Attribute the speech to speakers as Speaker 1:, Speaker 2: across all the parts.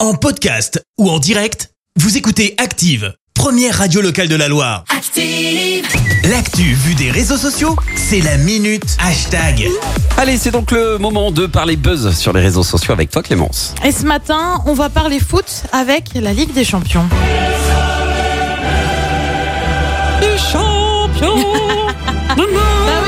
Speaker 1: En podcast ou en direct, vous écoutez Active, première radio locale de la Loire.
Speaker 2: Active.
Speaker 1: L'actu vue des réseaux sociaux, c'est la minute hashtag.
Speaker 3: Allez, c'est donc le moment de parler buzz sur les réseaux sociaux avec toi Clémence.
Speaker 4: Et ce matin, on va parler foot avec la Ligue des Champions. Bah oui, ça a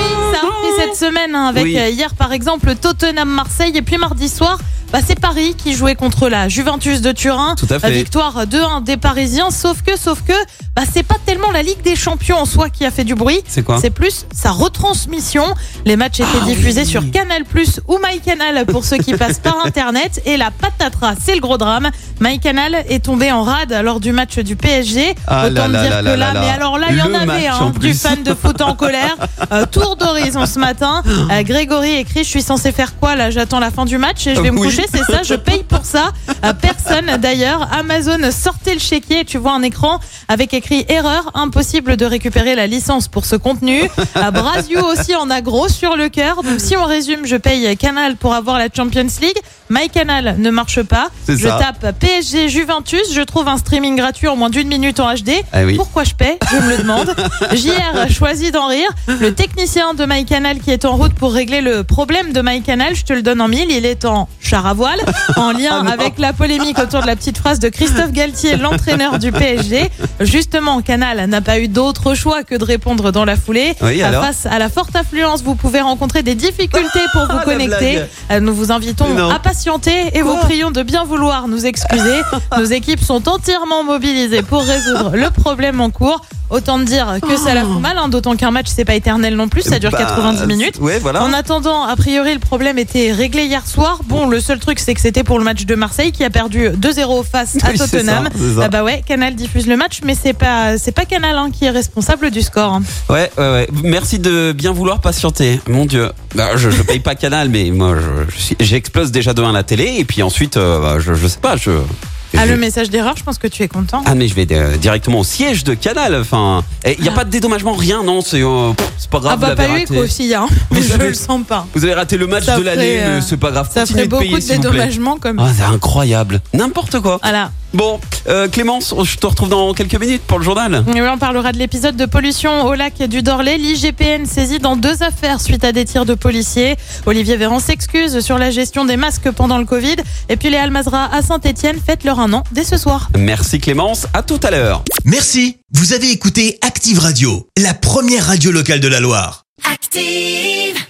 Speaker 4: repris cette semaine hein, avec
Speaker 3: Oui.
Speaker 4: euh, hier par exemple Tottenham Marseille et puis mardi soir. Bah, c'est Paris qui jouait contre la Juventus de Turin.
Speaker 3: Tout à fait.
Speaker 4: La victoire 2-1 des Parisiens. Sauf que, sauf que, bah, c'est pas tellement la Ligue des Champions en soi qui a fait du bruit.
Speaker 3: C'est quoi Ah
Speaker 4: C'est plus sa retransmission. Les matchs étaient diffusés sur Canal Plus ou MyCanal pour ceux qui passent par Internet. Et la patatras, c'est le gros drame. MyCanal est tombé en rade lors du match du PSG.
Speaker 3: Ah
Speaker 4: Autant
Speaker 3: là là
Speaker 4: dire
Speaker 3: là
Speaker 4: que là,
Speaker 3: là là là.
Speaker 4: mais alors là, il y en
Speaker 3: Le match
Speaker 4: avait
Speaker 3: en
Speaker 4: hein,
Speaker 3: plus.
Speaker 4: du fan de foot en colère. Euh, tour d'horizon ce matin. Euh, Grégory écrit Je suis censé faire quoi là J'attends la fin du match et je vais me
Speaker 3: Oui.
Speaker 4: coucher, c'est ça, je paye pour ça. Euh, personne d'ailleurs. Amazon sortez le chéquier et tu vois un écran avec écrit Erreur, impossible de récupérer la licence pour ce contenu. Euh, Brasio aussi en a gros sur le cœur. Donc si on résume, je paye Canal pour avoir la Champions League. My Canal ne marche pas.
Speaker 3: C'est
Speaker 4: Je
Speaker 3: ça.
Speaker 4: tape PSG Juventus, je trouve un streaming gratuit en moins d'une minute en HD.
Speaker 3: Ah oui.
Speaker 4: Pourquoi je paie Je me le demande. JR choisit d'en rire. Le technicien de MyCanal qui est en route pour régler le problème de MyCanal, je te le donne en mille, il est en char à voile, en
Speaker 3: Ah
Speaker 4: lien avec la polémique autour de la petite phrase de Christophe Galtier, l'entraîneur du PSG. Justement, Canal n'a pas eu d'autre choix que de répondre dans la foulée.
Speaker 3: Oui,
Speaker 4: Euh,
Speaker 3: alors
Speaker 4: Face à la forte affluence, vous pouvez rencontrer des difficultés pour vous
Speaker 3: Ah, la
Speaker 4: connecter.
Speaker 3: blague.
Speaker 4: Euh, Nous vous
Speaker 3: Mais non.
Speaker 4: invitons à patienter et vous prions de bien vouloir nous excuser. Nos équipes sont entièrement mobilisées pour résoudre le problème en cours. Autant te dire que ça la fout mal, hein, d'autant qu'un match c'est pas éternel non plus, ça dure
Speaker 3: Oh. Bah,
Speaker 4: 90 minutes.
Speaker 3: Ouais, voilà.
Speaker 4: En attendant, a priori, le problème était réglé hier soir. Bon, le seul truc, c'est que c'était pour le match de Marseille qui a perdu 2-0 face à
Speaker 3: Oui, c'est
Speaker 4: Tottenham.
Speaker 3: ça, c'est ça.
Speaker 4: Ah bah ouais, Canal diffuse le match, mais c'est pas c'est pas Canal hein, qui est responsable du score.
Speaker 3: Ouais, ouais, ouais. Merci de bien vouloir patienter. Mon Dieu. Bah, je, je paye pas Canal, mais moi, je- je suis- j'explose déjà de un la télé et puis ensuite, euh, bah, je, je sais pas, je.
Speaker 4: Ah,
Speaker 3: je-
Speaker 4: le message d'erreur, je pense que tu es content.
Speaker 3: Ah, mais je vais euh, directement au siège de Canal. Enfin, il n'y a pas de dédommagement, rien, non. C'est euh, c'est pas grave.
Speaker 4: Ah bah
Speaker 3: vous
Speaker 4: pas
Speaker 3: l'avez
Speaker 4: eu
Speaker 3: raté.
Speaker 4: quoi aussi, hein.
Speaker 3: Vous
Speaker 4: je
Speaker 3: avez-
Speaker 4: le sens pas.
Speaker 3: Vous avez raté le match
Speaker 4: Ça
Speaker 3: de l'année.
Speaker 4: ferait, euh,
Speaker 3: mais C'est pas grave.
Speaker 4: Ça
Speaker 3: Continuez
Speaker 4: ferait
Speaker 3: de payer,
Speaker 4: beaucoup de Ah.
Speaker 3: s'il vous plaît.
Speaker 4: dédommagements comme
Speaker 3: Ah, c'est incroyable. N'importe quoi.
Speaker 4: Voilà.
Speaker 3: Bon, euh, Clémence, je te retrouve dans quelques minutes pour le journal.
Speaker 4: Et oui, on parlera de l'épisode de pollution au lac du Dorlet. L'IGPN saisie dans deux affaires suite à des tirs de policiers. Olivier Véran s'excuse sur la gestion des masques pendant le Covid. Et puis les Almazra à Saint-Etienne fêtent leur un an dès ce soir.
Speaker 3: Merci Clémence, à tout à l'heure.
Speaker 1: Merci, vous avez écouté Active Radio, la première radio locale de la Loire.
Speaker 2: Active.